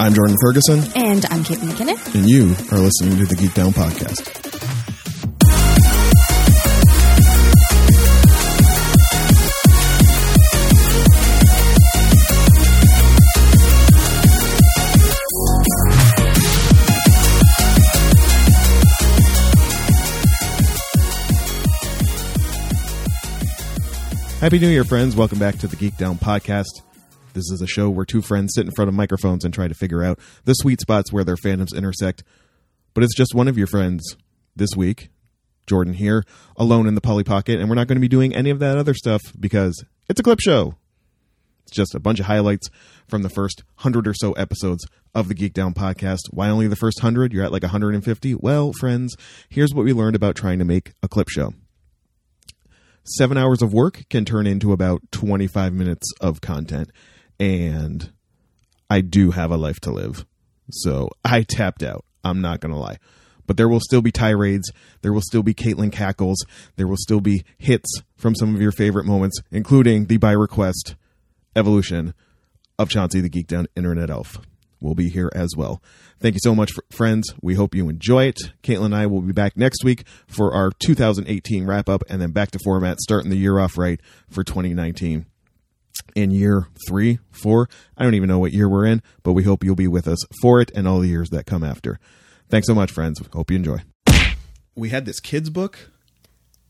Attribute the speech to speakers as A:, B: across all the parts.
A: I'm Jordan Ferguson,
B: And I'm Kate McKinnon.
A: and you are listening to the Geek Down Podcast. Happy New Year, friends. Welcome back to the Geek Down Podcast. This is a show where two friends sit in front of microphones and try to figure out the sweet spots where their fandoms intersect. But it's just one of your friends this week, Jordan here, alone in the Polly Pocket, and we're not going to be doing any of that other stuff because it's a clip show. It's just a bunch of highlights from the first 100 or so episodes of the Geek Down podcast. Why only the first 100? You're at like 150. Well, friends, here's what we learned about trying to make a clip show seven hours of work can turn into about 25 minutes of content. And I do have a life to live. So I tapped out. I'm not going to lie. But there will still be tirades. There will still be Caitlin cackles. There will still be hits from some of your favorite moments, including the by request evolution of Chauncey the Geek Down Internet Elf. We'll be here as well. Thank you so much, fr- friends. We hope you enjoy it. Caitlin and I will be back next week for our 2018 wrap up and then back to format, starting the year off right for 2019 in year three, four. I don't even know what year we're in, but we hope you'll be with us for it and all the years that come after. Thanks so much, friends. Hope you enjoy. We had this kids' book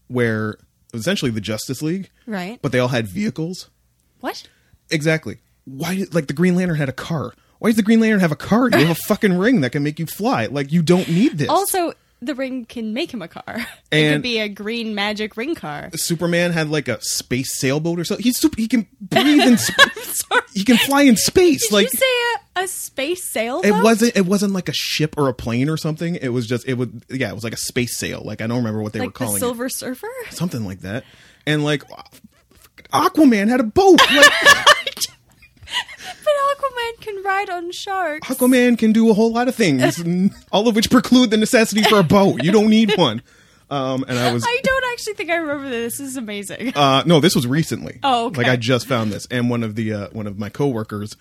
A: where essentially the Justice League,
B: Right.
A: but they all had vehicles.
B: What?
A: Exactly. Why did like the Green Lantern had a car? Why does the Green Lantern have a car? You have a fucking ring that can make you fly. Like you don't need this.
B: Also, the ring can make him a car. it
A: And-
B: could be a green magic ring car.
A: Superman had like a space sailboat or something. He's super, he can breathe in space. he can fly in space.
B: Did
A: like
B: you say a, a space sailboat?
A: it wasn't it wasn't like a ship or a plane or something. It was just it would yeah, it was like a space sail. Like I don't remember what they were
B: like
A: calling
B: the Silver Surfer.
A: it. Something like that. And like Aquaman had a boat. Like
B: But Aquaman can ride on sharks.
A: Aquaman can do a whole lot of things, n- all of which preclude the necessity for a boat. You don't need one. Um, and I was,
B: I don't actually think I remember this. This is amazing.
A: uh, no, this was recently.
B: Oh, okay.
A: like I just found this, and one of the uh, one of my coworkers.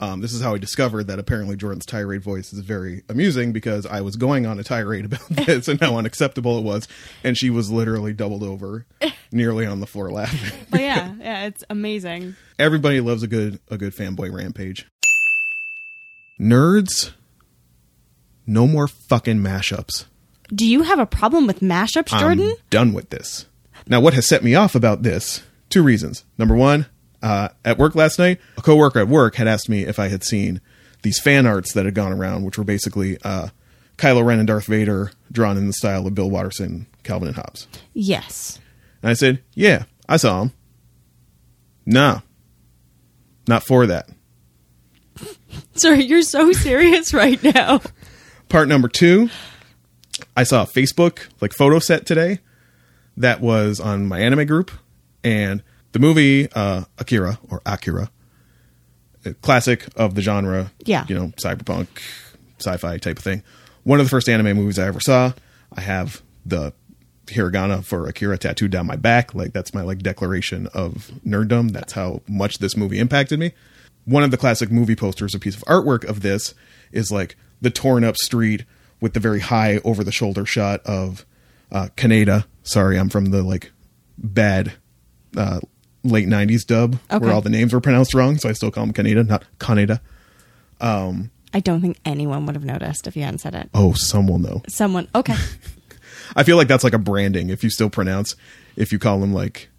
A: Um, this is how I discovered that apparently Jordan's tirade voice is very amusing because I was going on a tirade about this and how unacceptable it was, and she was literally doubled over, nearly on the floor laughing.
B: but yeah, yeah, it's amazing.
A: Everybody loves a good a good fanboy rampage. Nerds, no more fucking mashups.
B: Do you have a problem with mashups, Jordan?
A: I'm done with this. Now, what has set me off about this? Two reasons. Number one, uh, at work last night, a coworker at work had asked me if I had seen these fan arts that had gone around, which were basically uh, Kylo Ren and Darth Vader drawn in the style of Bill Watterson, Calvin and Hobbes.
B: yes.
A: And I said, Yeah, I saw him. Nah, not for that.
B: Sir, you're so serious right now.
A: Part number two, I saw a Facebook like photo set today that was on my anime group, and the movie uh, Akira or Akira, a classic of the genre,
B: Yeah.
A: you know, cyberpunk, sci-fi type of thing. One of the first anime movies I ever saw. I have the hiragana for Akira tattooed down my back. Like that's my like declaration of nerddom. That's how much this movie impacted me. One of the classic movie posters, a piece of artwork of this is like the torn up street with the very high over the shoulder shot of uh Kaneda. Sorry, I'm from the like bad uh late 90s dub
B: Okay.
A: where all the names were pronounced wrong, so I still call him Kaneda, not Kaneda.
B: I don't think anyone would have noticed if you hadn't said it.
A: Oh, some will know.
B: Someone, okay.
A: I feel like that's like a branding. If you still pronounce, if you call them like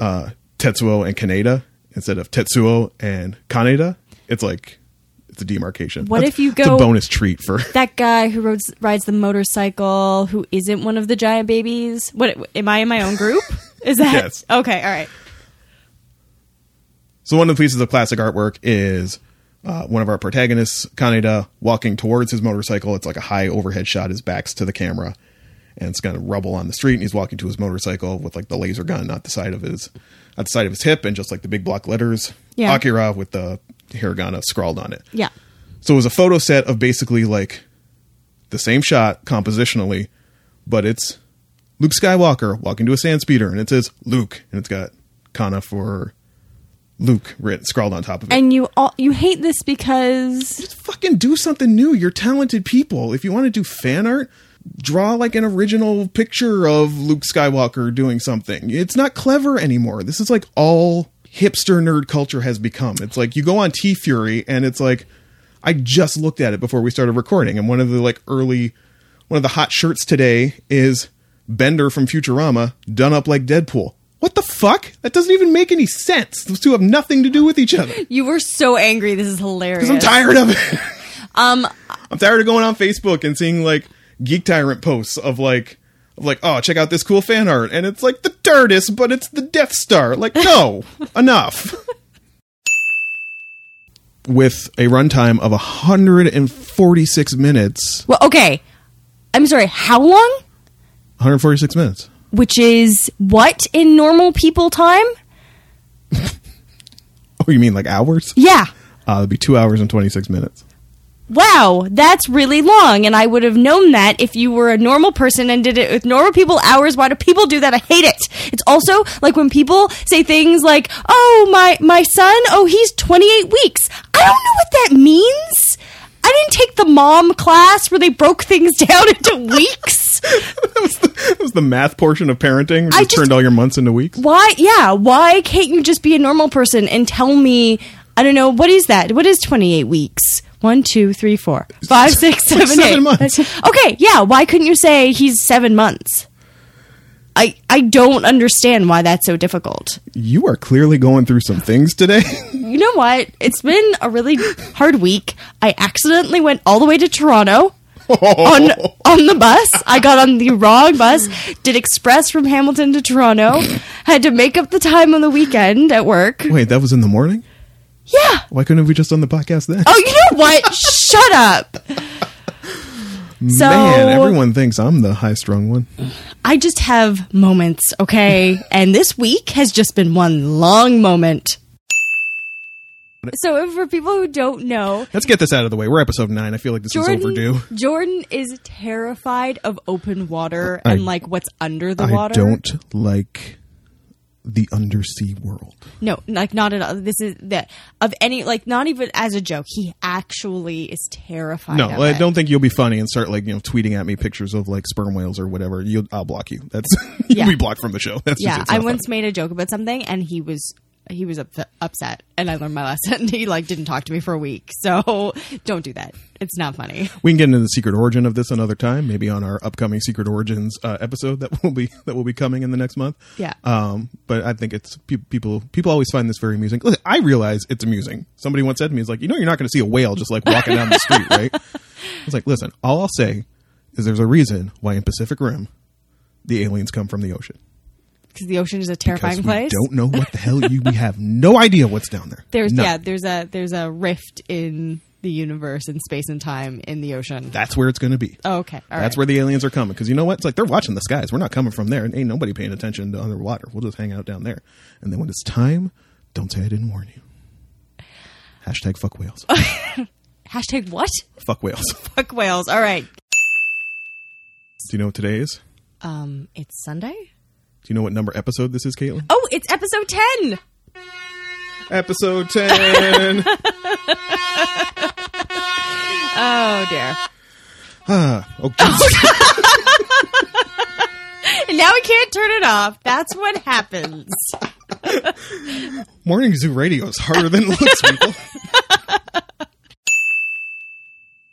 A: uh, Tetsuo and Kaneda instead of Tetsuo and Kaneda, it's like it's a demarcation.
B: What
A: That's-
B: if you
A: it's a
B: go-
A: bonus treat for?
B: that guy who rides, rides the motorcycle who isn't one of the giant babies what am i in my own group is that
A: Yes.
B: okay all right
A: So one of the pieces of classic artwork is uh, one of our protagonists, Kaneda, walking towards his motorcycle. It's like a high overhead shot. His back's to the camera, and it's kind of rubble on the street. And he's walking to his motorcycle with like the laser gun, not the side of his, at the side of his hip, and just like the big block letters
B: Yeah.
A: Akira with the hiragana scrawled on it.
B: yeah
A: So it was a photo set of basically like the same shot compositionally, but it's Luke Skywalker walking to a sand speeder and it says Luke and it's got Kana for Luke writ scrawled on top of it.
C: And you all you hate this because
A: Just fucking do something new. You're talented people. If you want to do fan art, draw like an original picture of Luke Skywalker doing something. It's not clever anymore. This is like all hipster nerd culture has become. It's like you go on T Fury and it's like I just looked at it before we started recording and one of the like early one of the hot shirts today is Bender from Futurama done up like Deadpool. What the fuck? That doesn't even make any sense. Those two have nothing to do with each other.
C: you were so angry. This is hilarious.
A: Because I'm tired of it.
C: Um,
A: I'm tired of going on Facebook and seeing like geek tyrant posts of like of like oh check out this cool fan art and it's like the dirtest but it's the Death Star. Like no, enough. With a runtime of 146 minutes,
C: well, okay. I'm sorry. How long?
A: 146 minutes.
C: Which is what in normal people time?
A: Oh, you mean like hours?
C: Yeah.
A: Uh, it'd be two hours and 26 minutes.
C: Wow, that's really long, and I would have known that if you were a normal person and did it with normal people hours. Why do people do that? I hate it. It's also like when people say things like, "Oh, my my son, oh he's 28 weeks." I don't know what that means. I didn't take the mom class where they broke things down into weeks.
A: That was the math portion of parenting. Which
C: I
A: just
C: just-
A: turned all your months into weeks.
C: Why? Yeah, why can't you just be a normal person and tell me? I don't know what is that. What is twenty eight weeks? One, two, three, four, five, six, seven,
A: seven
C: eight.
A: months.
C: Okay, yeah. Why couldn't you say he's seven months? I I don't understand why that's so difficult.
A: You are clearly going through some things today.
C: You know what? It's been a really hard week. I accidentally went all the way to Toronto.
A: Oh.
C: on on the bus. I got on the wrong bus. Did express from Hamilton to Toronto. Had to make up the time on the weekend at work.
A: Wait, that was in the morning?
C: Yeah.
A: Why couldn't have we just done the podcast then?
C: Oh, you know what? Shut up. So
A: Man, everyone thinks I'm the high strung one.
C: I just have moments, okay? and this week has just been one long moment. So for people who don't know,
A: Let's get this out of the way. We're episode nine. I feel like this
C: Jordan
A: is overdue.
C: Jordan is terrified of open water
A: I-
C: and like what's under the
A: I
C: water.
A: don't like the undersea world.
C: No, like not at all. This is that of any like not even as a joke. He actually is terrified.
A: No,
C: of
A: I
C: it.
A: don't think you'll be funny and start like you know tweeting at me pictures of like sperm whales or whatever. You, I'll block you. That's you'll
C: Yeah.
A: be blocked from the show. That's
C: Yeah,
A: just,
C: I
A: I
C: once made a joke about something, and he was he was upset, upset, and I learned my lesson. He like didn't talk to me for a week. So don't do that. It's not funny.
A: We can get into the secret origin of this another time, maybe on our upcoming secret origins uh, episode that will be that will be coming in the next month.
C: Yeah.
A: Um, but I think it's pe- people people always find this very amusing. Listen, I realize it's amusing. Somebody once said to me, "It's like you know you're not going to see a whale just like walking down the street, right?" I was like, "Listen, all I'll say is there's a reason why in Pacific Rim the aliens come from the ocean
C: Because the ocean is a
A: because
C: terrifying
A: we
C: place.
A: don't know what the hell you we have no idea what's down there.
C: There's
A: None.
C: yeah. There's a there's a rift in the universe in space and time in the ocean.
A: That's where it's going to be.
C: oh, okay, all right.
A: That's where the aliens are coming. Because you know what? It's like they're watching the skies. We're not coming from there. And ain't nobody paying attention to underwater. We'll just hang out down there. And then when it's time, don't say I didn't warn you. Hashtag fuck whales.
C: hashtag what
A: fuck whales.
C: fuck whales. All right.
A: Do you know what today is?
C: Um, it's Sunday.
A: Do you know what number episode this is, Caitlin?
C: Oh, it's episode ten.
A: Episode 10.
C: Oh dear.
A: ah, oh, geez.
C: And now we can't turn it off. That's what happens.
A: Morning Zoo Radio is harder than it looks, people.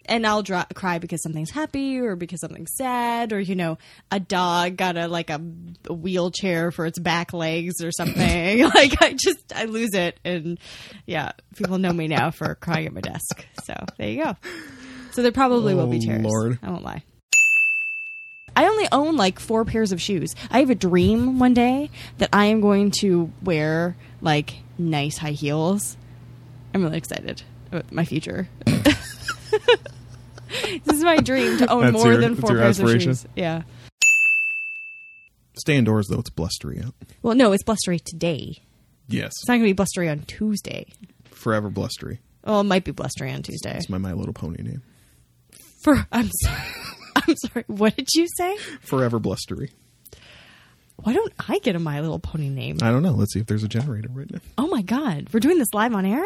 C: and I'll dry, cry because something's happy or because something's sad or you know a dog got a like a, a wheelchair for its back legs or something. like I just I lose it and yeah, people know me now for crying at my desk. So there you go. So there probably will be
A: Oh,
C: chairs.
A: Lord.
C: I won't lie. I only own like four pairs of shoes. I have a dream one day that I am going to wear like nice high heels. I'm really excited about my future. this is my dream to own
A: That's
C: more
A: your-
C: than
A: that's
C: four
A: your
C: pairs of
A: aspiration?
C: shoes. Yeah.
A: Stay indoors, though. It's blustery out.
C: Well, no, it's blustery today.
A: Yes.
C: It's not going to be blustery on Tuesday.
A: Forever blustery.
C: Well, it might be blustery on Tuesday.
A: It's my My Little Pony name.
C: For I'm sorry. I'm sorry. What did you say?
A: Forever blustery.
C: Why don't I get a My Little Pony name?
A: I don't know. Let's see if there's a generator right now.
C: Oh my god, we're doing this live on air?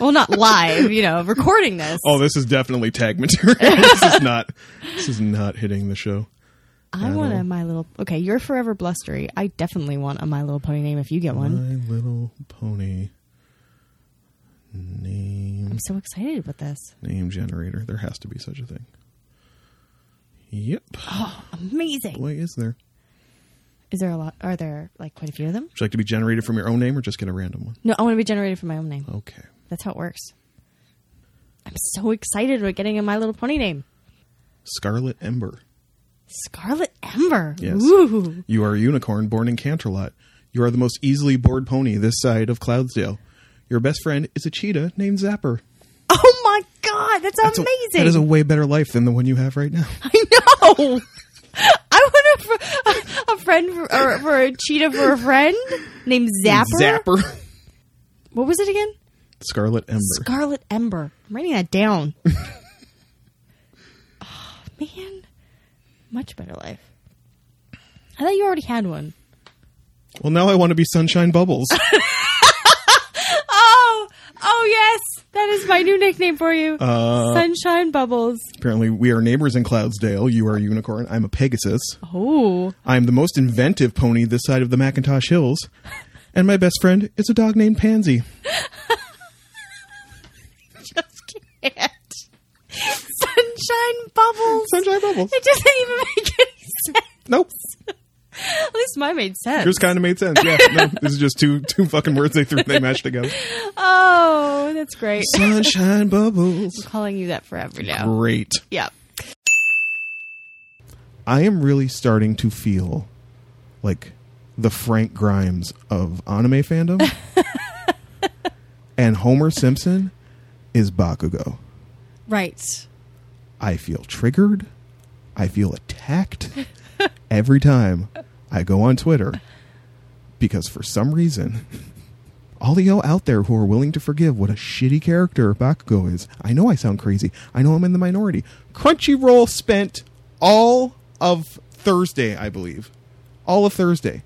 C: Well, not live, you know, recording this.
A: Oh, this is definitely tag material. this is not. This is not hitting the show.
C: I want a My Little. Okay, you're forever blustery. I definitely want a My Little Pony name if you get one.
A: My Little Pony name
C: I'm so excited about this.
A: name generator. There has to be such a thing. Yep.
C: Ah. Amazing.
A: Boy, is there.
C: Is there a lot? Are there like quite a few of them?
A: Would you like to be generated from your own name or just get a random one?
C: No, I want to be generated from my own name.
A: Okay.
C: That's how it works. I'm so excited about getting a My Little Pony name.
A: Scarlet Ember.
C: Scarlet Ember.
A: Yes.
C: Ooh.
A: You are a unicorn born in Canterlot. You are the most easily bored pony this side of Cloudsdale. Your best friend is a cheetah named Zapper.
C: Oh my god, that's,
A: That's a-
C: amazing.
A: that is a way better life than the one you have right now.
C: I know. I want a, fr- a friend for, or, for a cheetah for a friend named Zapper.
A: Zapper.
C: What was it again?
A: Scarlet Ember.
C: Scarlet Ember. I'm writing that down. oh, man, much better life. I thought you already had one.
A: well, now I want to be Sunshine Bubbles.
C: Oh, oh yes, that is my new nickname for you,
A: Uh,
C: Sunshine Bubbles.
A: Apparently, we are neighbors in Cloudsdale. You are a unicorn. I'm a Pegasus.
C: Oh,
A: I am the most inventive pony this side of the Macintosh Hills. And my best friend is a dog named Pansy.
C: just can't. Sunshine Bubbles.
A: Sunshine Bubbles.
C: It doesn't even make any sense.
A: Nope.
C: At least mine made sense.
A: Yours kind of made sense. Yeah. No, this is just two two fucking words they threw they mashed together.
C: oh, that's great.
A: Sunshine Bubbles.
C: Calling you that forever now.
A: Great.
C: Yeah.
A: I am really starting to feel like the Frank Grimes of anime fandom. and Homer Simpson is Bakugo.
C: Right.
A: I feel triggered. I feel attacked every time I go on Twitter because for some reason, all the y'all out there who are willing to forgive what a shitty character Bakugo is, I know I sound crazy. I know I'm in the minority. Crunchyroll spent all of Thursday, I believe, all of Thursday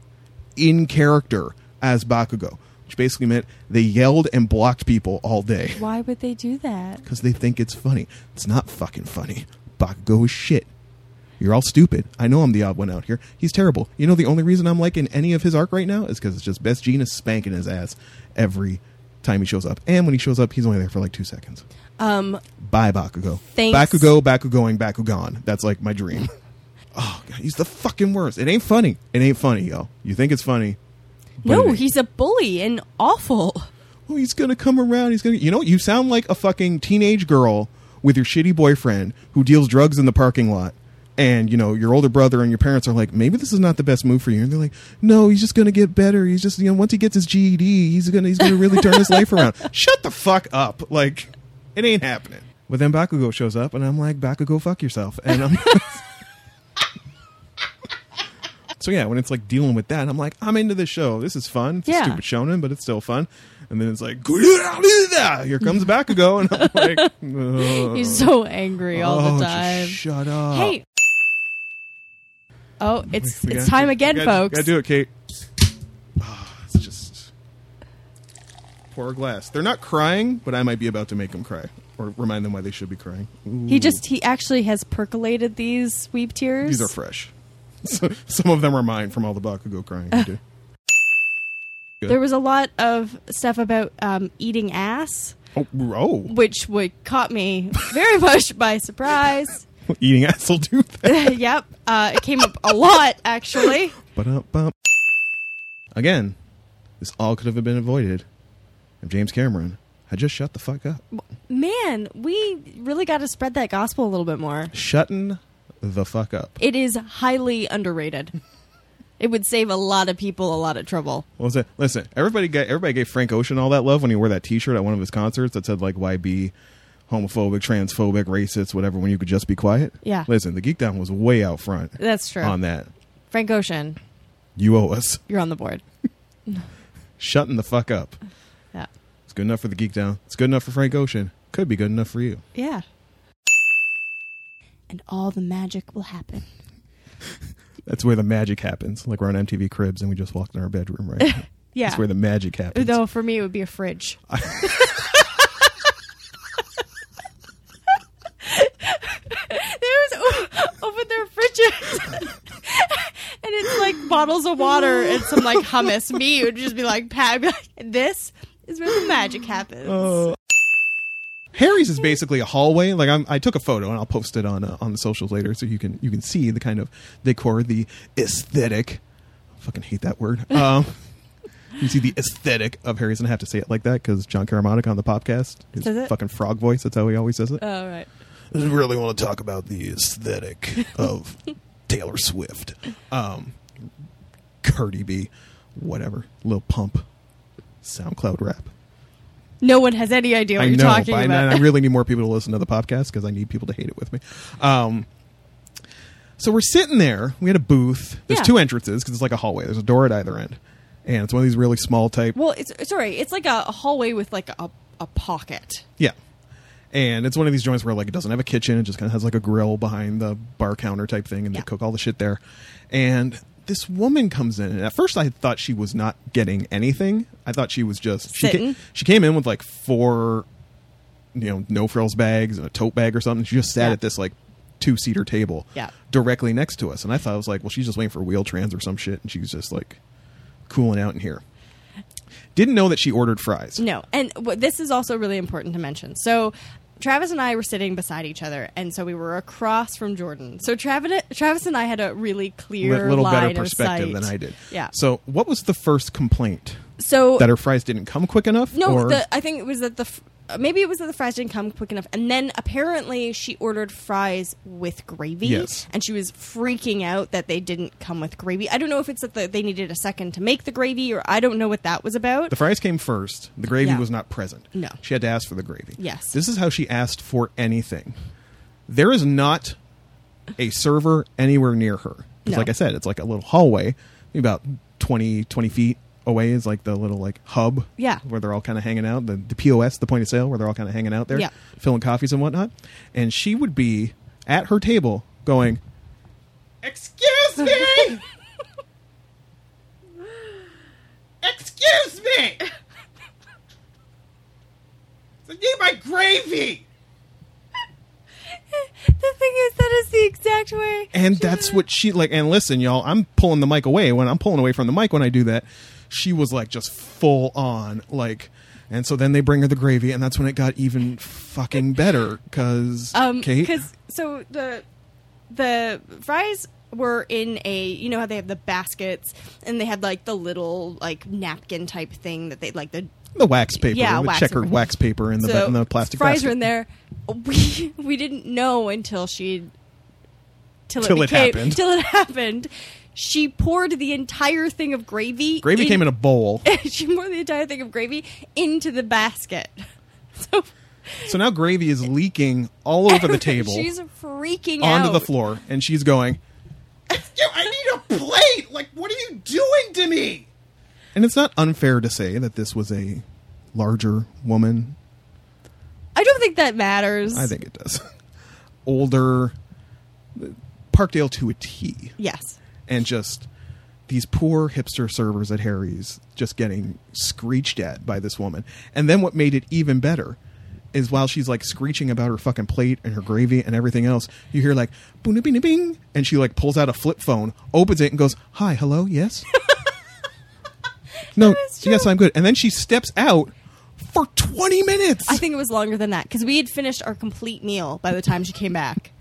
A: in character as Bakugo, which basically meant they yelled and blocked people all day
C: Why would they do that?
A: because they think it's funny. It's not fucking funny. Bakugo is shit. You're all stupid. I know I'm the odd one out here. He's terrible. You know the only reason I'm liking any of his arc right now is because it's just Best Gene is spanking his ass every time he shows up, and when he shows up, he's only there for like two seconds.
C: Um,
A: Bye Bakugo.
C: Thanks.
A: Bakugo, Bakugoing, Bakugan. That's like my dream. Oh, God, he's the fucking worst. It ain't funny. It ain't funny, y'all. You think it's funny? but it
C: no,
A: ain't.
C: he's a bully and awful.
A: oh, he's gonna come around. He's gonna, you know, you sound like a fucking teenage girl with your shitty boyfriend who deals drugs in the parking lot. And you know your older brother and your parents are like, maybe this is not the best move for you. And they're like, no, he's just gonna get better. He's just you know once he gets his GED, he's gonna he's gonna really turn his life around. Shut the fuck up, like it ain't happening. But then Bakugo shows up, and I'm like, Bakugo, fuck yourself. And I'm so yeah, when it's like dealing with that, I'm like, I'm into this show. This is fun. It's
C: Yeah.
A: a stupid shonen, but it's still fun. And then it's like, here comes Bakugo, and I'm like, ugh.
C: He's so angry all
A: Uh, Oh,
C: the
A: just
C: time.
A: shut up.
C: hey. Oh,
A: We-
C: it's
A: we
C: it's
A: gotta-
C: time
A: we
C: again,
A: gotta-
C: folks.
A: Gotta do it, Kate. Ah, it's just pour a glass. They're not crying, but I might be about to make them cry or remind them why they should be crying. Ooh,
C: He just he actually has percolated these weep tears.
A: these are fresh. So, some of them are mine from all the Bakugo crying. we do.
C: there was a lot of stuff about um, eating ass,
A: Oh, oh.
C: which would caught me very much by surprise.
A: eating ass will do that.
C: yep, uh, it came up a lot actually.
A: Ba-dum-bum. Again, this all could have been avoided if James Cameron had just shut the fuck up.
C: Man, we really got to spread that gospel a little bit more.
A: Shutting the fuck up.
C: It is highly underrated. It would save a lot of people a lot of trouble.
A: What was it? Listen, everybody got everybody gave Frank Ocean all that love when he wore that T-shirt at one of his concerts that said like "YB." Homophobic, transphobic, racist, whatever, when you could just be quiet.
C: Yeah.
A: Listen, the Geek Down was way out front
C: That's true.
A: on that.
C: Frank Ocean,
A: You owe us.
C: you're on the board.
A: Shutting the fuck up.
C: Yeah.
A: It's good enough for the Geek Down. It's good enough for Frank Ocean. Could be good enough for you.
C: Yeah. And all the magic will happen.
A: That's where the magic happens. Like we're on MTV Cribs and we just walked in our bedroom, right?
C: Yeah.
A: That's where the magic happens.
C: Though for me, it would be a fridge. They always o- open their fridges, and it's like bottles of water and some like hummus. Me it would just be like, Pat, be like, this is where the magic happens.
A: Uh, Harry's is basically a hallway. Like I'm, I took a photo and I'll post it on uh, on the socials later, so you can you can see the kind of decor, the aesthetic. I fucking hate that word. Um, you see the aesthetic of Harry's, and I have to say it like that because John Caramonic on the podcast, his
C: Does it?
A: fucking frog voice. That's how he always says it.
C: All right.
A: I really want to talk about the aesthetic of Taylor Swift, um, Cardi B, whatever, Lil Pump, SoundCloud rap.
C: No one has any idea what
A: I
C: you're
A: know,
C: talking
A: but I-
C: about.
A: I, really need more people to listen to the podcast because I need people to hate it with me. Um, so we're sitting there. We had a booth. There's
C: Yeah.
A: two entrances because it's like a hallway. There's a door at either end, and it's one of these really small type.
C: well, it's sorry. It's like a hallway with like a, a pocket.
A: Yeah. And it's one of these joints where like it doesn't have a kitchen, it just kind of has like a grill behind the bar counter type thing, and
C: Yeah.
A: they cook all the shit there. And this woman comes in, and at first I thought she was not getting anything. I thought she was just she
C: Sitting.
A: came, she came in with like four, you know, no frills bags and a tote bag or something. She just sat
C: Yeah.
A: at this like two seater table,
C: Yeah.
A: directly next to us, and I thought I was like, well, she's just waiting for wheel trans or some shit, and she was just like cooling out in here. Didn't know that she ordered fries.
C: No, and w- this is also really important to mention. So. Travis and I were sitting beside each other, and so we were across from Jordan. So Travis, Travis and I had a really
A: li-
C: clear,
A: little
C: line
A: better
C: of
A: perspective
C: sight.
A: than I did.
C: Yeah.
A: So, what was the first complaint?
C: So
A: That her fries didn't come quick enough?
C: no,
A: or
C: the, I think it was that the fr- uh, maybe it was that the fries didn't come quick enough, and then apparently she ordered fries with gravy,
A: Yes.
C: and she was freaking out that they didn't come with gravy. I don't know if it's that the, they needed a second to make the gravy, or I don't know what that was about.
A: the fries came first. The gravy
C: Yeah.
A: was not present.
C: No.
A: She had to ask for the gravy.
C: Yes.
A: This is how she asked for anything. There is not a server anywhere near her. 'Cause
C: No.
A: Like I said, it's like a little hallway, maybe about 20, 20 feet away is like the little like hub
C: Yeah.
A: where they're all kind of hanging out the, the pos the point of sale where they're all kind of hanging out there
C: Yeah.
A: filling coffees and whatnot and she would be at her table going excuse me excuse me i need my gravy
C: the thing is, that is the exact way.
A: and that's what she like and listen y'all i'm pulling the mic away when i'm pulling away from the mic when i do that she was like just full on like and so then they bring her the gravy and that's when it got even fucking better because
C: Um,
A: kate
C: because so the the fries were in a you know how they have the baskets and they had like the little like napkin type thing that they like the
A: the wax paper
C: Yeah,
A: the
C: wax
A: checkered
C: paper.
A: wax paper in the, ba- in the plastic
C: fries
A: basket.
C: were in there. We we didn't know until she till,
A: Till it
C: it, became,
A: happened.
C: Till it happened, she poured the entire thing of gravy.
A: gravy came in a bowl
C: she poured the entire thing of gravy into the basket. So
A: so now gravy is leaking all over the table
C: she's freaking
A: onto
C: out.
A: the floor and she's going "Yo, i need a plate like what are you doing to me and it's not unfair to say that this was a larger woman
C: I don't think that matters.
A: i think it does older parkdale to a t
C: yes.
A: and just these poor hipster servers at harry's just getting screeched at by this woman and then what made it even better is while she's like screeching about her fucking plate and her gravy and everything else, you hear like boom bing bing, and she like pulls out a flip phone, opens it, and goes, "Hi, hello, yes, no,
C: is
A: yes,
C: true.
A: I'm good." And then she steps out for twenty minutes.
C: I think it was longer than that because we had finished our complete meal by the time she came back.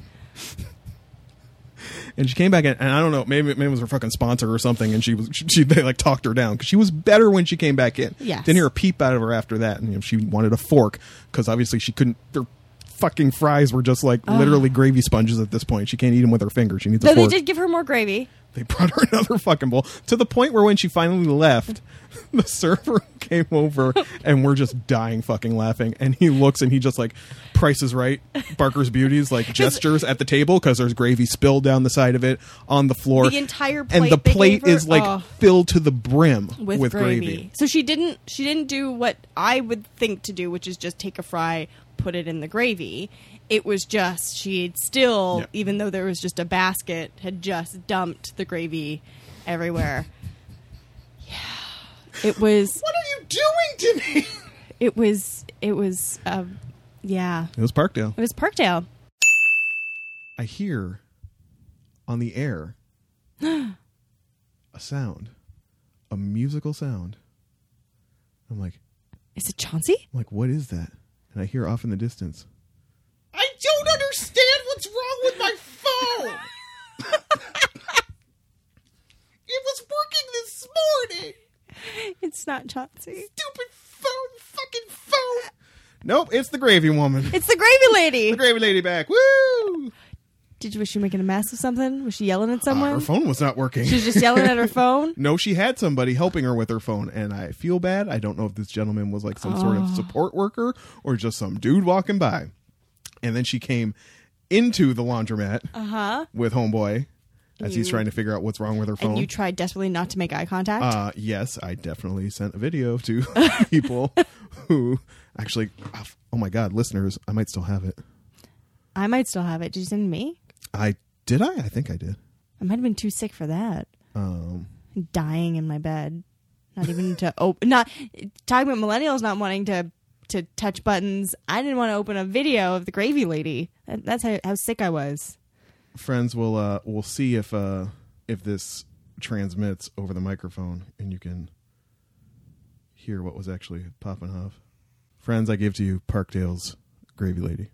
A: and she came back and, and I don't know, maybe, maybe it was her fucking sponsor or something, and she was she, she- they like talked her down because she was better when she came back in.
C: Yes.
A: Didn't hear a peep out of her after that, and you know, she wanted a fork because obviously she couldn't. Her fucking fries were just like literally gravy sponges at this point. She can't eat them with her finger. She needs a
C: Though they
A: fork.
C: did give her more gravy.
A: They brought her another fucking bowl to the point where when she finally left, the server came over and we're just dying fucking laughing. And he looks and he just like prices right, Barker's beauties, like gestures at the table because there's gravy spilled down the side of it on the floor.
C: The entire
A: and
C: plate
A: the
C: they
A: plate
C: gave her?
A: is like
C: Oh.
A: filled to the brim
C: with, gravy. So she didn't she didn't do what I would think to do, which is just take a fry, put it in the gravy. it was just she'd still,
A: Yeah.
C: even though there was just a basket, had just dumped the gravy everywhere. yeah, it was.
A: What are you doing to me?
C: It was. It was. Um, yeah,
A: It was Parkdale.
C: it was Parkdale.
A: I hear on the air a sound, a musical sound. I'm like,
C: Is it Chauncey?
A: I'm like, what is that? And I hear off in the distance.
D: I don't understand what's wrong with my phone. it was working this morning.
C: It's not Chauncey.
D: Stupid phone, fucking phone.
A: Nope, it's the gravy woman.
C: It's the gravy lady.
A: The gravy lady back. Woo!
C: Did you, was she making a mess of something? Was she yelling at
A: Uh,
C: someone?
A: her phone was not working.
C: she was just yelling at her phone.
A: No, she had somebody helping her with her phone, and I feel bad. I don't know if this gentleman was like some sort of
C: Ah.
A: support worker or just some dude walking by. And then she came into the laundromat with Homeboy as he's
C: Uh-huh. You-
A: trying to figure out what's wrong with her
C: And
A: phone.
C: you tried desperately not to make eye contact.
A: uh, yes, I definitely sent a video to people who actually, oh my God, listeners, I might still have it.
C: I might still have it. Did you send me?
A: I did I? I think I did.
C: I might have been too sick for that.
A: Um,
C: Dying in my bed. Not even to open. Not talking about millennials not wanting to to touch buttons. I didn't want to open a video of the gravy lady. That- That's how, how sick I was.
A: friends will uh we'll see if uh if this transmits over the microphone and you can hear what was actually popping off friends i give to you parkdale's gravy lady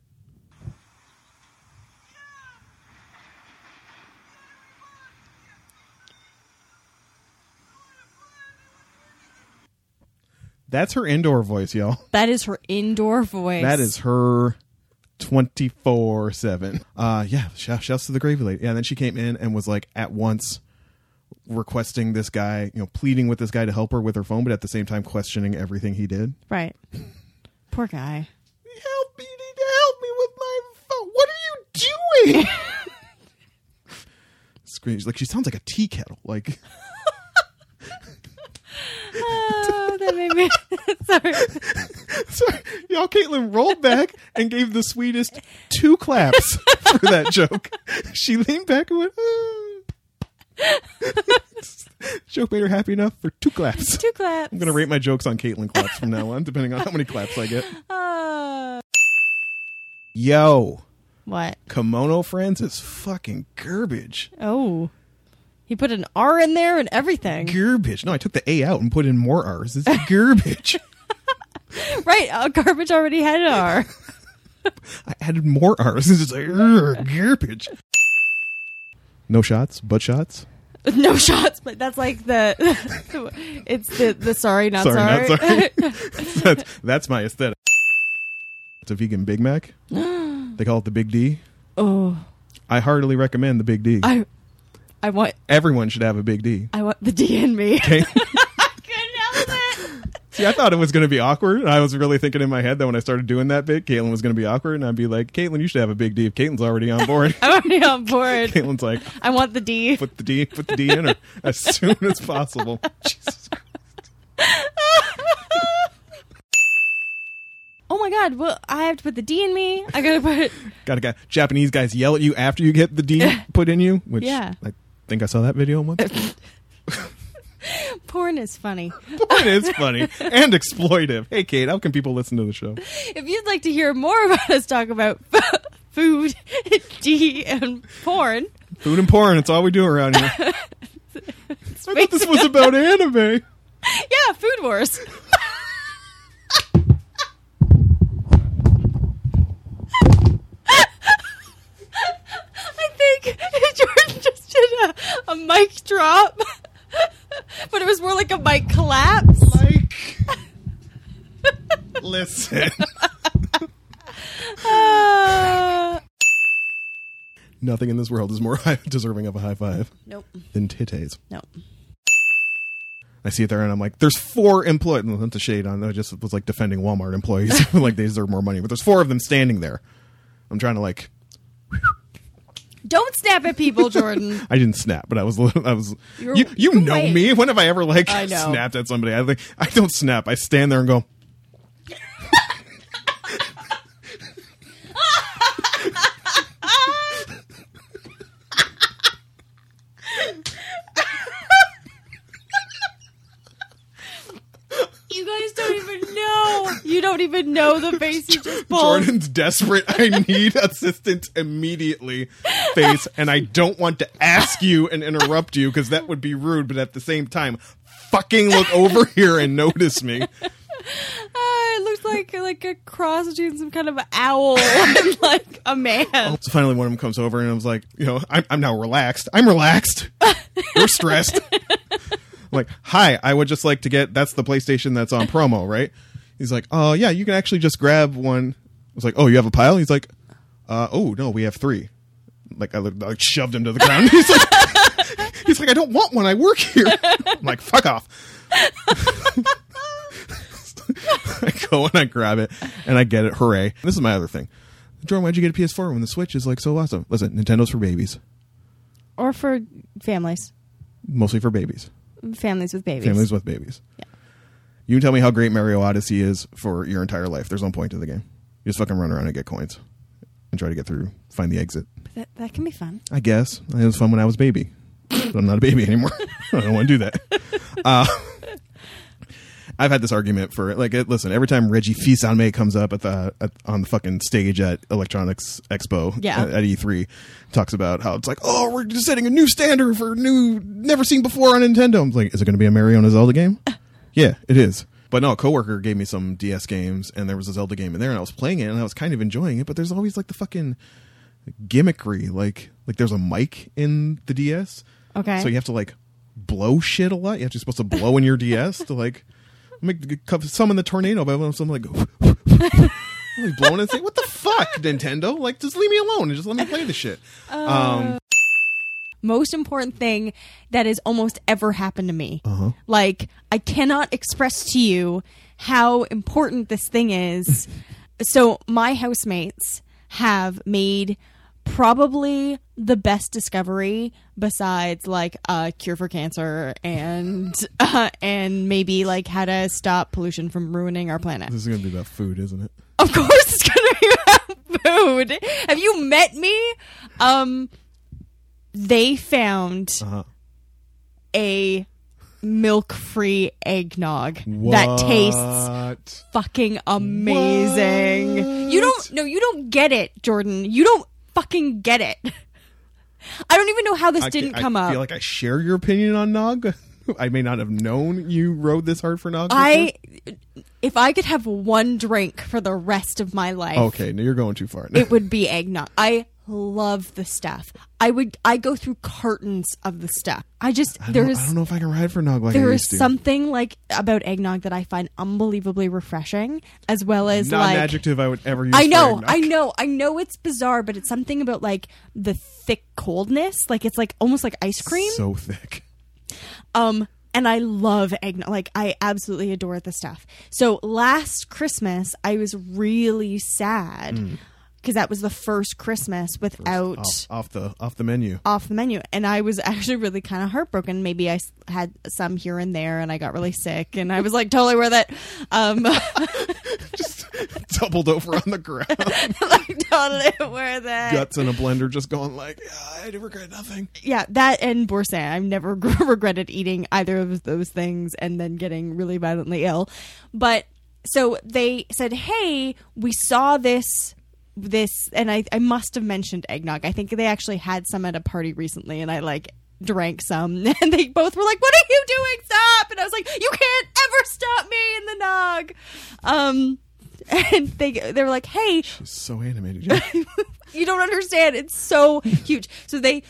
A: that's her indoor voice y'all
C: That is her indoor voice.
A: that is her 24 7. Uh, yeah, shout, shouts to the Gravy Lady. Yeah, and then she came in and was like at once requesting this guy, you know, pleading with this guy to help her with her phone, but at the same time questioning everything he did.
C: right. Poor guy.
A: Help me, you need to help me with my phone. What are you doing? Screams like she sounds like a tea kettle. Like,
C: Oh, that made me. Sorry.
A: sorry, y'all, Caitlin rolled back and gave the sweetest two claps for that joke. She leaned back and went, "Ah." joke made her happy enough for two claps.
C: Two claps.
A: I'm gonna rate my jokes on Caitlin claps from now on, depending on how many claps I get.
C: Uh,
A: Yo,
C: what?
A: kimono friends is fucking garbage.
C: Oh. He put an R in there and everything.
A: Garbage. No, I took the A out and put in more R's. It's garbage.
C: Right, uh, garbage already had an R.
A: I added more R's. It's just like "Ugh, garbage. No shots, butt shots.
C: no shots, but that's like the it's the the sorry not sorry.
A: sorry, not sorry. that's, that's my aesthetic. It's a vegan Big Mac. they call it the Big D.
C: oh,
A: I heartily recommend the Big D.
C: I I want
A: Everyone should have a Big D.
C: I want the D in me.
A: Okay.
C: Couldn't help it.
A: See, I thought it was going to be awkward. I was really thinking in my head that when I started doing that bit, Caitlin was going to be awkward, and I'd be like, "Caitlin, you should have a big D." If Caitlin's already on board,
C: I'm already on board.
A: Caitlin's like,
C: I want the D.
A: "Put the D, put the D in her as soon as possible." Jesus Christ.
C: Oh my god, well I have to put the D in me. I gotta put
A: Got a guy. Japanese guys yell at you after you get the D put in you, which
C: Yeah.
A: I think I saw that video once.
C: porn is funny.
A: But it's funny and exploitive. Hey, Kate, how can people listen to the show?
C: If you'd like to hear more about us talk about food, D and porn,
A: Food and porn. It's all we do around here. I thought this was about anime.
C: yeah, food wars. I think Jordan just did a, a mic drop, but it was more like a mic collapse.
A: Like, listen.
C: Uh,
A: Nothing in this world is more high- deserving of a high five
C: nope,
A: than titties.
C: nope.
A: I see it there and I'm like, there's four employees. Not the shade on. I just was like defending Walmart employees. like, they deserve more money. But there's four of them standing there. I'm trying to like
C: Don't snap at people, Jordan.
A: I didn't snap, but I was. a little- I was.
C: You
A: You
C: were-
A: you,
C: you were
A: know
C: waved.
A: me. When have I ever like
C: I know.
A: snapped at somebody? I think I don't snap. I stand there and go.
C: You guys don't even know. You don't even know the face you just pulled.
A: Jordan's desperate. I need assistance immediately. Face, and I don't want to ask you and interrupt you because that would be rude. But at the same time, fucking look over here and notice me.
C: Ah, it looks like like a cross between some kind of owl and like a man.
A: So finally, one of them comes over and I was like, you know, I'm, I'm now relaxed. I'm relaxed. You're stressed. I'm like, hi, I would just like to get that's the PlayStation that's on promo, right? He's like, oh, yeah, you can actually just grab one. I was like, oh, you have a pile? He's like, uh, oh, no, we have three. Like, I, looked- I shoved him to the ground. He's like, he's like, I don't want one. I work here. I'm like, fuck off. I go and I grab it and I get it. Hooray. This is my other thing. Jordan, why'd you get a PS4 when the Switch is like so awesome? Listen, Nintendo's for babies,
C: Or for families,
A: mostly for babies,
C: families with babies.
A: families with babies. Yeah. You can tell me how great Mario Odyssey is for your entire life. There's no point to the game. You just fucking run around and get coins and try to get through, find the exit.
C: That, that can be fun.
A: I guess it was fun when I was a baby, but I'm not a baby anymore. I don't want to do that. Uh, I've had this argument for like, it, listen, every time Reggie Fils-Aimé comes up at the at, on the fucking stage at Electronics Expo
C: Yeah.
A: at, at E3, talks about how it's like, oh, we're just setting a new standard for new, never seen before on Nintendo. I'm like, is it going to be a Mario and a Zelda game? yeah, it is. But no, a coworker gave me some DS games, and there was a Zelda game in there, and I was playing it, and I was kind of enjoying it. But there's always like the fucking gimmickry. Like like there's a mic in the DS.
C: Okay.
A: So you have to like blow shit a lot. You're supposed to blow in your DS to like make summon the tornado by something like like blowing and say, "What the fuck, Nintendo? Like just leave me alone and just let me play the shit." um,
C: most important thing that has almost ever happened to me. Like, I cannot express to you how important this thing is. so, my housemates have made probably the best discovery besides like a cure for cancer and uh, and maybe like how to stop pollution from ruining our planet.
A: this is gonna be about food, isn't it?
C: Of course, it's gonna be about food. Have you met me? Um, they found
A: Uh-huh.
C: a milk-free eggnog that tastes
A: What?
C: fucking amazing. You don't no, you don't get it, Jordan. You don't fucking get it. I don't even know how this
A: I-
C: didn't
A: I
C: come up.
A: feel like I share your opinion on Nog. I may not have known you rode this hard for Nog.
C: I if I could have one drink for the rest of my life,
A: before. okay, no, you're going too far.
C: it would be eggnog. I love the stuff. I would I go through cartons of the stuff. I just
A: I don't,
C: there's
A: I don't know if I can ride for Nog like
C: there
A: I
C: is
A: used to.
C: something like about eggnog that I find unbelievably refreshing as well as
A: not
C: like
A: an adjective I would ever use.
C: I know,
A: for
C: I
A: eggnog.
C: know, I know it's bizarre, but it's something about like the thick coldness. Like it's like almost like ice cream.
A: So thick.
C: Um, and I love eggnog. Like I absolutely adore the stuff. So last Christmas, I was really sad because that was the Mm. first oh. Christmas without
A: Off, off the off the menu.
C: off the menu, and I was actually really kind of heartbroken. Maybe I s- had some here and there, and I got really sick, and I was like totally worth it. Um,
A: Doubled over on the ground.
C: like totally worth it.
A: Guts in a blender just going like, "Yeah, I regret nothing.
C: yeah, that and Borsan. I've never regretted eating either of those things and then getting really violently ill. But so they said, "Hey, we saw this." This and I, I must have mentioned eggnog. I think they actually had some at a party recently, and I like drank some. And they both were like, "What are you doing? Stop!" And I was like, "You can't ever stop me in the nog." Um, and they they were like, "Hey,
A: It's so animated. Yeah.
C: you don't understand. It's so huge. So they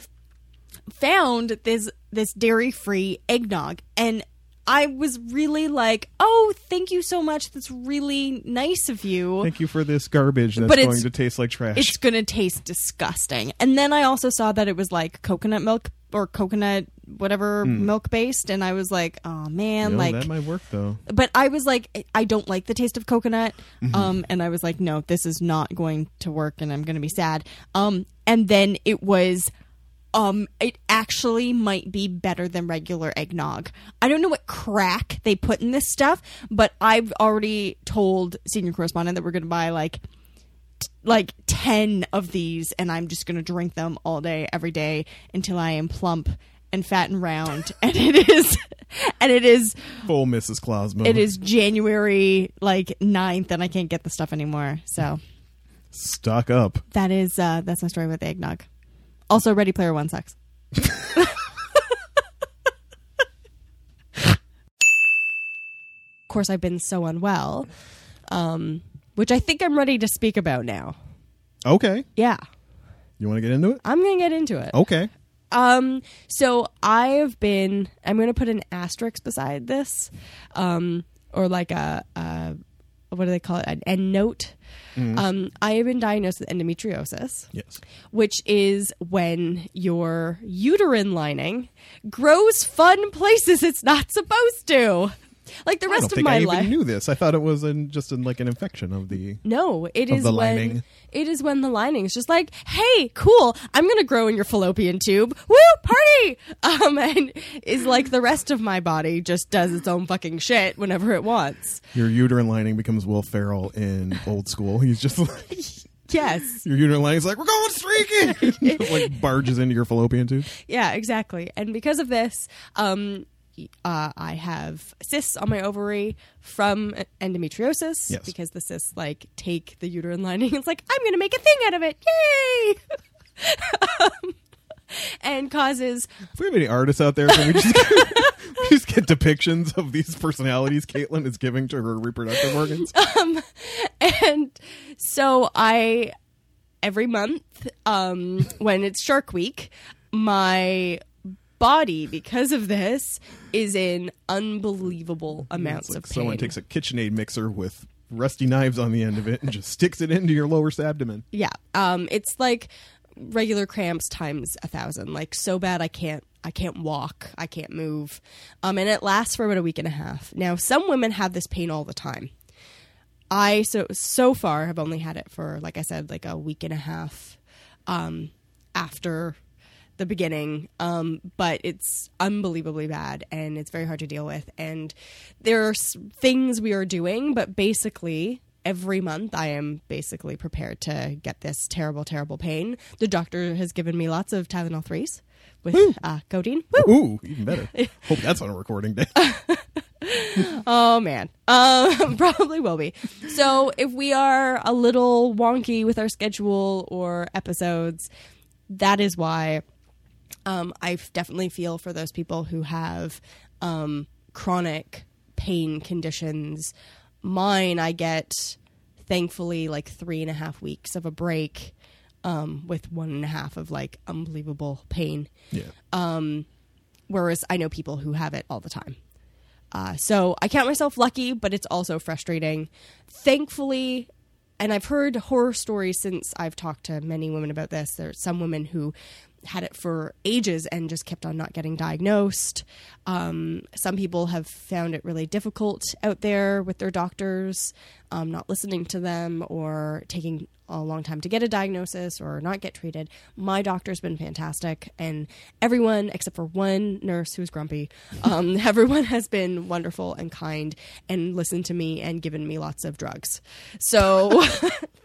C: found this this dairy free eggnog and I was really like, "Oh, thank you so much. That's really nice of you."
A: Thank you for this garbage that's
C: But it's-
A: going to taste like trash.
C: it's going to taste disgusting. And then I also saw that it was like coconut milk or coconut whatever milk based and I was like, "Oh man,
A: No,
C: like
A: Hmm. that might work though.
C: but I was like, I don't like the taste of coconut. Um, and I was like, no, this is not going to work, and I'm going to be sad. Um, and then it was, um, it actually might be better than regular eggnog. I don't know what crack they put in this stuff, but I've already told senior correspondent that we're going to buy like like 10 of these and I'm just going to drink them all day every day until I am plump and fat and round, and it is, and it is,
A: Full Mrs. Claus moment.
C: it is January like 9th, and I can't get the stuff anymore. So
A: Stock up.
C: that is uh, that's my story with eggnog. Also, Ready Player One sucks. of course, I've been so unwell, um, which I think I'm ready to speak about now.
A: Okay.
C: Yeah,
A: You want to get into it?
C: I'm gonna get into it.
A: Okay.
C: Um, so I've been. I'm gonna put an asterisk beside this, um, or like a, a what do they call it? An end note.
A: Mm-hmm.
C: Um, I have been diagnosed with endometriosis,
A: Yes.
C: which is when your uterine lining grows fun places it's not supposed to, like the
A: I don't
C: rest of
A: think
C: my
A: I even
C: life.
A: knew this. I thought it was in, just in like an infection of the.
C: No, it
A: Of
C: is
A: the
C: when
A: lining.
C: it is when the lining is just like, hey, cool, I'm gonna grow in your fallopian tube, woo, party, um, and is like the rest of my body just does its own fucking shit whenever it wants.
A: Your uterine lining becomes Will Ferrell in old school. He's just like
C: Yes,
A: your uterine lining's like we're going streaking. Just, like barges into your fallopian tube.
C: yeah, exactly. And because of this, um, uh, I have cysts on my ovary from endometriosis
A: Yes.
C: because the cysts like take the uterine lining. It's like I'm gonna make a thing out of it, yay! Um, and causes
A: If we have any artists out there, can we just get, we just get depictions of these personalities Caitlin is giving to her reproductive organs?
C: and so I every month um when it's shark week my body because of this is in unbelievable
A: It's
C: amounts
A: like
C: of pain
A: someone takes a KitchenAid mixer with rusty knives on the end of it and just sticks it into your lower abdomen.
C: yeah um it's like regular cramps times a thousand like so bad i can't i can't walk i can't move um and it lasts for about a week and a half now some women have this pain all the time i so so far have only had it for like i said like a week and a half um after the beginning um but it's unbelievably bad and it's very hard to deal with and there are s- things we are doing but basically every month i am basically prepared to get this terrible terrible pain the doctor has given me lots of tylenol 3s with uh, codeine Woo!
A: Ooh, even better. Hope that's on a recording day.
C: Oh man, um, probably will be. So if we are a little wonky with our schedule or episodes, that is why um, I f- definitely feel for those people who have um, chronic pain conditions. Mine, I get thankfully like three and a half weeks of a break, um, with one and a half of like unbelievable pain
A: Yeah.
C: whereas I know people who have it all the time. Uh, so I count myself lucky, but it's also frustrating. Thankfully, and I've heard horror stories since I've talked to many women about this. There's some women who had it for ages and just kept on not getting diagnosed. Um, some people have found it really difficult out there with their doctors, um, not listening to them or taking a long time to get a diagnosis or not get treated. My doctor's been fantastic, and everyone except for one nurse who's grumpy, um, everyone has been wonderful and kind and listened to me and given me lots of drugs. So,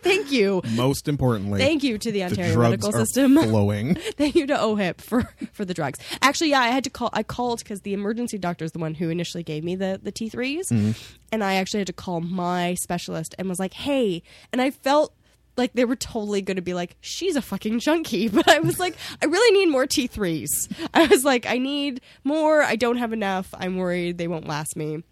C: thank you,
A: Most importantly,
C: thank you to the
A: the
C: Ontario
A: drugs
C: medical
A: are
C: system.
A: flowing.
C: Thank you to OHIP for for the drugs. Actually, yeah, I had to call. I called because the emergency doctor is the one who initially gave me the the T 3s and I actually had to call my specialist and was like, "Hey," and I felt. Like they were totally going to be like, she's a fucking junkie, but I was like, I really need more T threes. I was like, I need more. I don't have enough. I'm worried they won't last me. And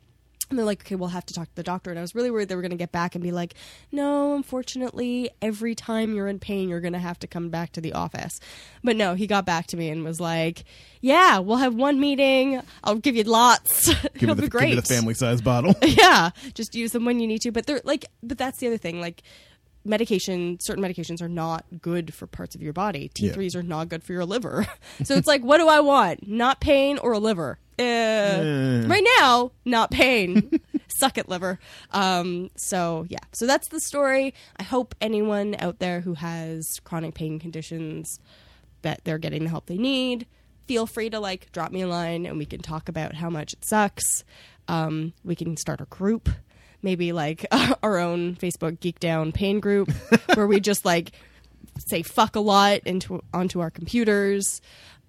C: they're like, okay, we'll have to talk to the doctor. And I was really worried they were going to get back and be like, no, unfortunately, every time you're in pain, you're going to have to come back to the office. But no, he got back to me and was like, yeah, we'll have one meeting. I'll give you lots.
A: Give
C: It'll
A: me the,
C: be great.
A: Give me the family size bottle.
C: Yeah, just use them when you need to. But they're like, but that's the other thing. Like, medication, certain medications are not good for parts of your body.
A: Yeah.
C: T3s are not good for your liver. so it's like, what do I want? Not pain or a liver? Uh, Right now, not pain. Suck it, liver. Um, so yeah, so that's the story. I hope anyone out there who has chronic pain conditions that they're getting the help they need. Feel free to like drop me a line and we can talk about how much it sucks. Um, we can start a group, maybe like our own Facebook Geek Down Pain group, where we just like say fuck a lot into onto our computers.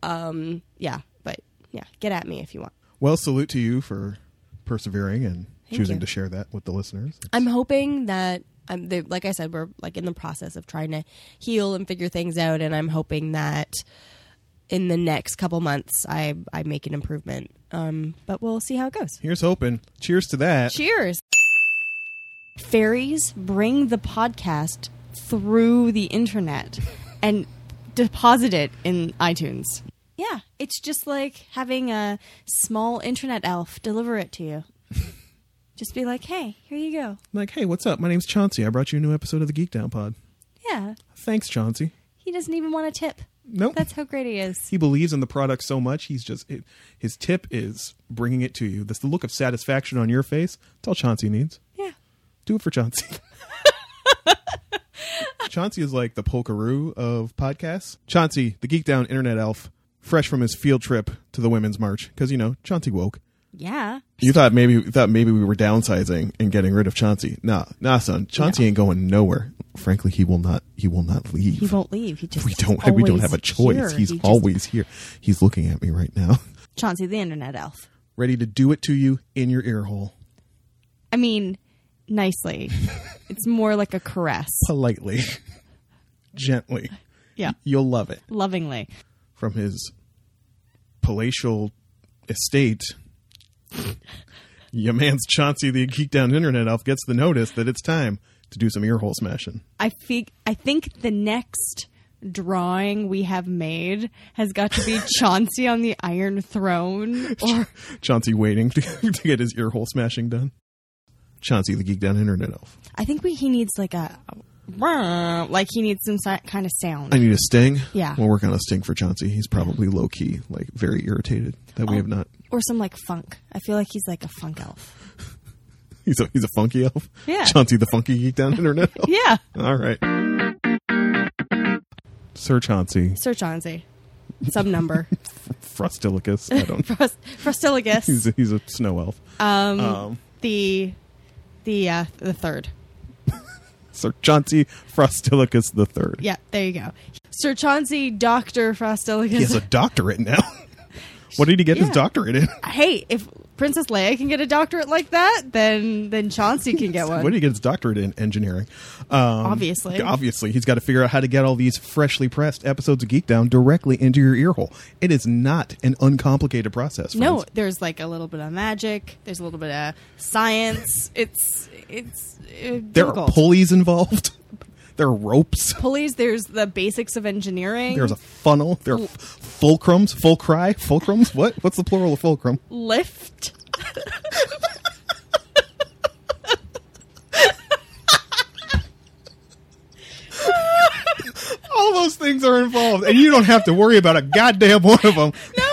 C: Um, yeah, but
B: yeah. Get at me if you want.
A: Well, salute to you for persevering and choosing
B: you.
A: to share that with the listeners.
B: I'm hoping that I'm they, like I said, we're like in the process of trying to heal and figure things out, and I'm hoping that in the next couple months I I make an improvement. Um, but we'll see how it goes.
A: Here's hoping. Cheers to that.
B: Cheers. Fairies bring the podcast through the internet and
C: Deposit it in iTunes.
B: yeah, it's just like having a small internet elf deliver it to you. just be like, "Hey, here you go."
A: Like, hey, what's up? My name's Chauncey. I brought you a new episode of the Geek Down Pod.
B: Yeah.
A: Thanks, Chauncey.
B: He doesn't even want a tip.
A: Nope.
B: That's how great he is.
A: he believes in the product so much he's just it, his tip is bringing it to you that's the look of satisfaction on your face that's all chauncey needs
B: Yeah.
A: do it for chauncey chauncey is like the polkaroo of podcasts chauncey the geek down internet elf fresh from his field trip to the women's march because you know chauncey woke
B: Yeah.
A: you thought maybe you thought maybe we were downsizing and getting rid of Chauncey. Nah, nah, son. Chauncey ain't going nowhere. Frankly, he will not. He will not leave.
B: He won't leave. He just
A: we
B: is
A: don't. We don't
B: always
A: have a choice.
B: here.
A: He's
B: He just-
A: always here. He's looking at me right now.
B: Chauncey the internet elf.
A: ready to do it to you in your ear hole
C: I mean, nicely. it's more like a caress.
A: politely gently
C: Yeah.
A: you'll love it
C: Lovingly.
A: from his palatial estate your man's chauncey the geek down internet elf gets the notice that it's time to do some ear hole smashing
C: I think I think the next drawing we have made has got to be Chauncey on the Iron Throne or
A: chauncey waiting to, to get his ear hole smashing done chauncey the geek down internet elf
B: I think we, he needs like a
C: like he needs some si- kind of sound.
A: i need a sting
B: Yeah.
A: we'll work on a sting for chauncey he's probably low-key like very irritated that we have not
B: or some like funk. I feel like he's like a funk elf.
A: he's a he's a funky elf
C: Yeah.
A: chauncey the funky geek down internet elf
C: Yeah.
A: All right. Sir Chauncey,
B: Sir Chauncey, some number.
A: Frustilicus. I don't.
C: Frust- Frustiligus,
A: he's a, he's a snow elf.
C: um,
A: Um,
C: the the uh, the third.
A: Sir Chauncey Frustilicus the Third.
C: Yeah, there you go. Sir Chauncey, Doctor Frostiligus.
A: He has a doctorate now. what did he get his
C: Yeah.
A: doctorate in?
C: hey, if Princess Leia can get a doctorate like that, then then Chauncey can get
A: What
C: one.
A: did he get his doctorate in? Engineering. Um,
C: Obviously.
A: Obviously. He's got to figure out how to get all these freshly pressed episodes of Geek Down directly into your ear hole. It is not an uncomplicated process.
C: No,
A: friends.
C: there's like a little bit of magic. There's a little bit of science. It's it's uh,
A: There
C: difficult.
A: are pulleys involved, there are ropes.
C: pulleys. There's the basics of engineering.
A: There's a funnel. There are f- fulcrums, fulcry, fulcrums. What? What's the plural of fulcrum?
C: lift.
A: All those things are involved, and you don't have to worry about a goddamn one of them
C: No,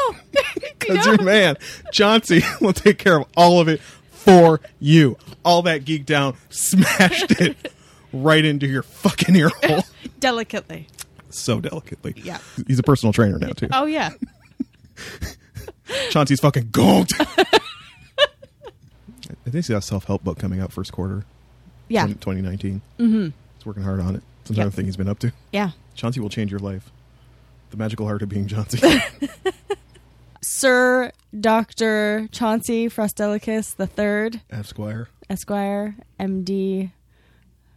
A: because your man Chauncey will take care of all of it for you. All that geek down smashed it right into your fucking ear hole
C: delicately.
A: so delicately.
C: Yeah.
A: he's a personal trainer now too.
C: Oh yeah,
A: Chauncey's fucking gold. I think he's got a self help book coming out first quarter.
C: yeah,
A: 20- 2019. Mm-hmm. He's working hard on it. It's another
C: Yep.
A: thing he's been up to.
C: yeah.
A: Chauncey will change your life. The magical heart of being Chauncey.
C: Sir Doctor Chauncey Frostelicus the Third,
A: Esquire.
C: Esquire, M.D.,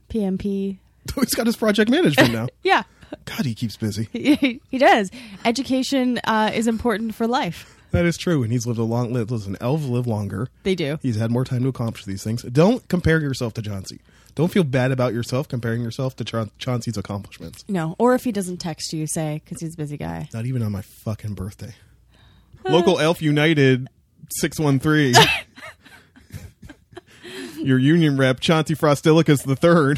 C: P.M.P.
A: He's got his project management now.
C: Yeah,
A: God, he keeps busy.
C: he does. Education uh, is important for life.
A: That is true, and he's lived a long. li- Listen, elves live longer.
C: They do.
A: He's had more time to accomplish these things. Don't compare yourself to Chauncey. Don't feel bad about yourself comparing yourself to Chaun- Chauncey's accomplishments.
C: No, or if he doesn't text you, say because he's a busy guy.
A: Not even on my fucking birthday. Local Elf United 613. your union rep, Chauncey Frostilicus the third.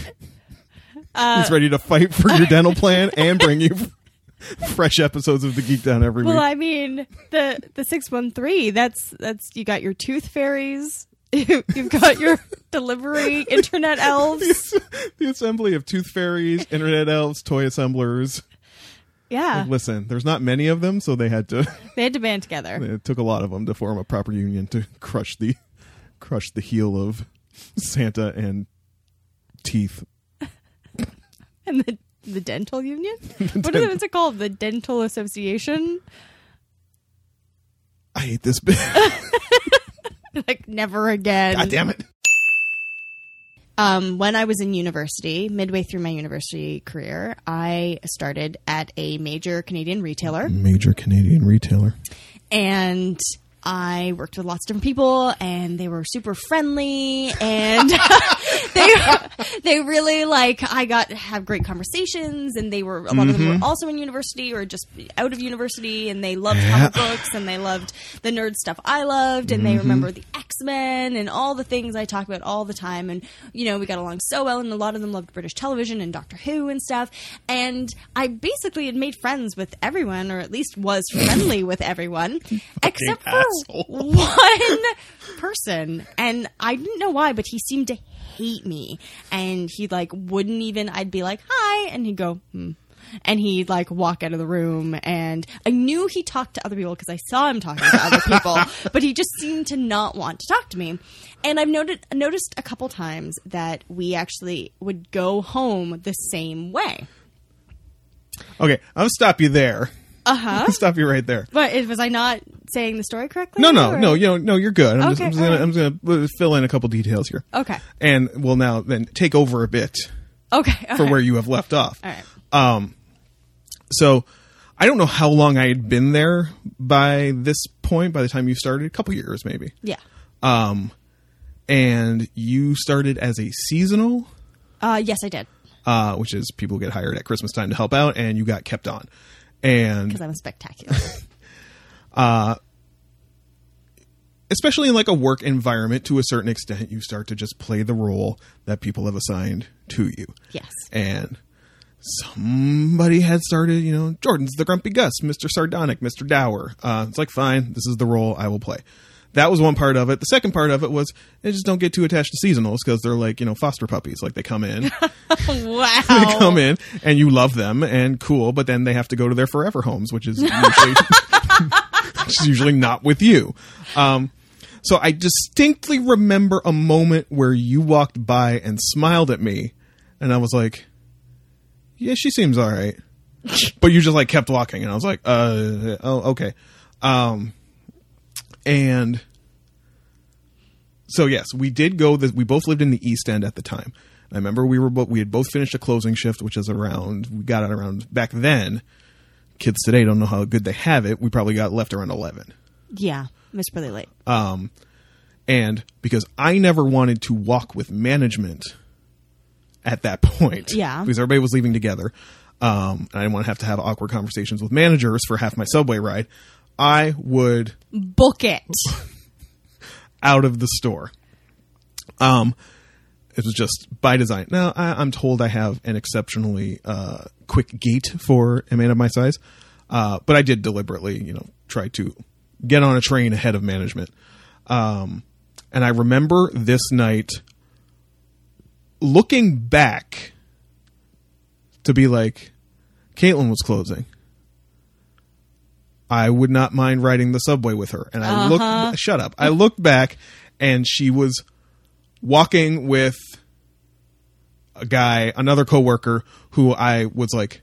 A: He's ready to fight for your dental plan and bring you fresh episodes of the Geek Down every
C: Well,
A: week.
C: I mean the the six one three. That's that's you got your tooth fairies. You've got your delivery internet elves.
A: the assembly of tooth fairies, internet elves, toy assemblers.
C: Yeah,
A: Listen, there's not many of them, so they had to.
C: they had to band together.
A: It took a lot of them to form a proper union to crush the, crush the heel of Santa and teeth
C: And the the dental union. What is it? What's it called? The dental association.
A: I hate this bit.
C: like never again.
A: God damn it.
C: um, when I was in university, midway through my university career, I started at a major Canadian retailer
A: Major Canadian retailer.
C: and I worked with lots of different people and they were super friendly and they they really like I got to have great conversations and they were a lot of them were also in university or just out of university and they loved comic books and they loved the nerd stuff I loved and they remember the X-Men and all the things I talk about all the time and you know we got along so well and a lot of them loved British television and Doctor Who and stuff and I basically had made friends with everyone or at least was friendly with everyone except for
A: asshole.
C: one person and i didn't know why but he seemed to hate me and he like wouldn't even i'd be like hi and he'd go hmm and he'd like walk out of the room and i knew he talked to other people because i saw him talking to other people but he just seemed to not want to talk to me and i've noted, noticed a couple times that we actually would go home the same way
A: Okay, I'll stop you there. Uh huh. stop you right there.
C: but was i not saying the story correctly
A: No, no,
C: or-
A: no, you know, no, you're good. I'm just,
C: Okay,
A: I'm just gonna,
C: alright.
A: I'm just gonna uh, fill in a couple details here.
C: okay
A: And we'll now then take over a bit
C: okay all
A: for
C: right.
A: where you have left off. Um,
C: all right
A: So I don't know how long I had been there by this point, by the time you started, a couple years maybe.
C: yeah
A: And you started as a seasonal,
C: uh, yes i did
A: uh, which is people get hired at Christmas time to help out, and you got kept on. And
C: because I'm spectacular.
A: especially in like a work environment to a certain extent you start to just play the role that people have assigned to you
C: Yes.
A: and somebody had started you know jordan's the grumpy gus mr sardonic mr dower uh, it's like fine this is the role i will play that was one part of it the second part of it was they just don't get too attached to seasonals because they're like you know foster puppies like they come in
C: wow.
A: they come in and you love them and cool but then they have to go to their forever homes which is usually, which is usually not with you um, so i distinctly remember a moment where you walked by and smiled at me and i was like yeah she seems all right but you just like kept walking and i was like uh oh okay um and so yes, we did go. This, we both lived in the East End at the time. I remember we were both we had both finished a closing shift, which is around we got out around back then. Kids today don't know how good they have it. We probably got left around eleven,
C: Yeah, it's really late.
A: Uh, and because I never wanted to walk with management at that point,
C: Yeah.
A: because everybody was leaving together, um, and I didn't want to have to have awkward conversations with managers for half my subway ride. I would
C: Book it.
A: out of the store. Um, it was just by design. Now I, I'm told I have an exceptionally uh, quick gait for a man of my size, uh, but I did deliberately, you know, try to get on a train ahead of management. Um, and I remember this night looking back to be like, Caitlin was closing. I would not mind riding the subway with her. And I looked, shut up. I looked back and she was walking with a guy, another coworker who I was like,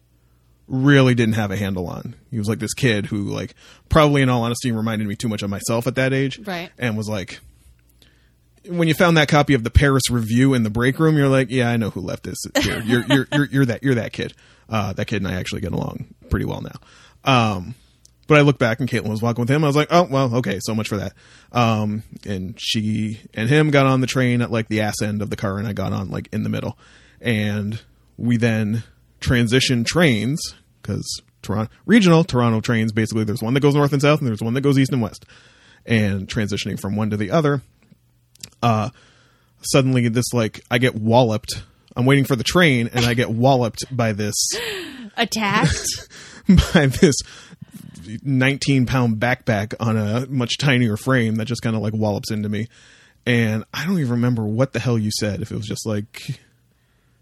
A: really didn't have a handle on. He was like this kid who like probably in all honesty reminded me too much of myself at that age.
C: Right.
A: And was like, when you found that copy of the Paris Review in the break room, you're like, yeah, I know who left this here. You're you're you're, you're that you're that kid. Uh, that kid and I actually get along pretty well now. Um, but I look back and Caitlin was walking with him. I was like, oh well, okay, so much for that. Um, and she and him got on the train at like the ass end of the car, and I got on like in the middle, and we then transitioned trains because Toronto regional Toronto trains basically there's one that goes north and south, and there's one that goes east and west, and transitioning from one to the other uh, suddenly this like I get walloped. I'm waiting for the train and I get walloped by this
C: Attacked.
A: by this 19 pound backpack on a much tinier frame that just kind of like wallops into me. And I don't even remember what the hell you said. If it was just like,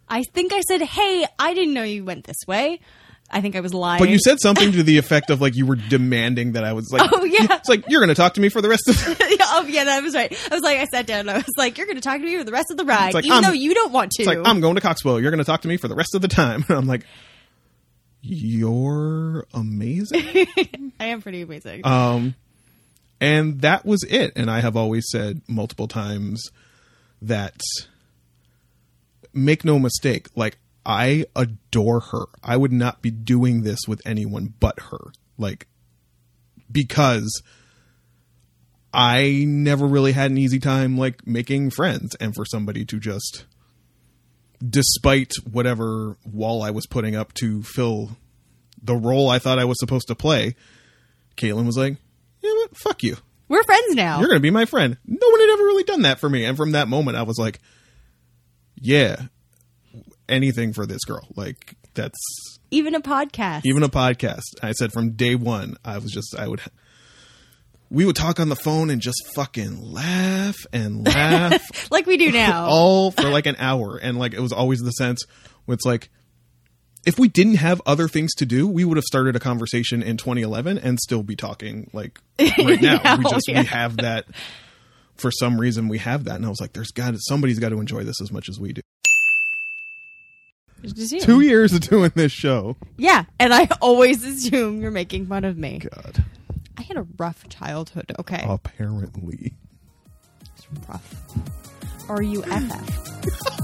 C: I think I said, "Hey, I didn't know you went this way." I think I was lying.
A: but you said something to the effect of like you were demanding that I was like,
C: Oh, yeah.
A: it's like you're gonna talk to me for the rest of. The-
C: oh yeah, that was right. I was like, I sat down. and I was like, "You're going to talk to me for the rest of the ride,
A: like,
C: even
A: I'm-
C: though you don't want to."
A: it's like I'm going to Coxwell. You're gonna talk to me for the rest of the time. And I'm like, you're amazing. Uh,
C: I am pretty amazing.
A: Um, And that was it. And I have always said multiple times that make no mistake, like I adore her. I would not be doing this with anyone but her. Like because I never really had an easy time like making friends and for somebody to just despite whatever wall I was putting up to fill the role I thought I was supposed to play, Caitlin was like, "You know what? Fuck you.
C: We're friends now.
A: You're gonna be my friend." No one had ever really done that for me, and from that moment, I was like, "Yeah, anything for this girl. Like that's
B: Even a podcast.
A: even a podcast." I said from day one, I was just I would. We would talk on the phone and just fucking laugh and laugh
B: like we do
C: Oh.
B: now.
A: all for like an hour and like it was always the sense where it's like if we didn't have other things to do we would have started a conversation in 2011 and still be talking like right now we
B: Now,
A: just
B: yeah.
A: we have that for some reason we have that and i was like there's got to somebody's got to enjoy this as much as we do
C: Just you.
A: two years of doing this show
C: yeah, and I always assume you're making fun of me.
A: god
C: I had a rough childhood. Okay,
A: apparently
C: It's rough. R U F F.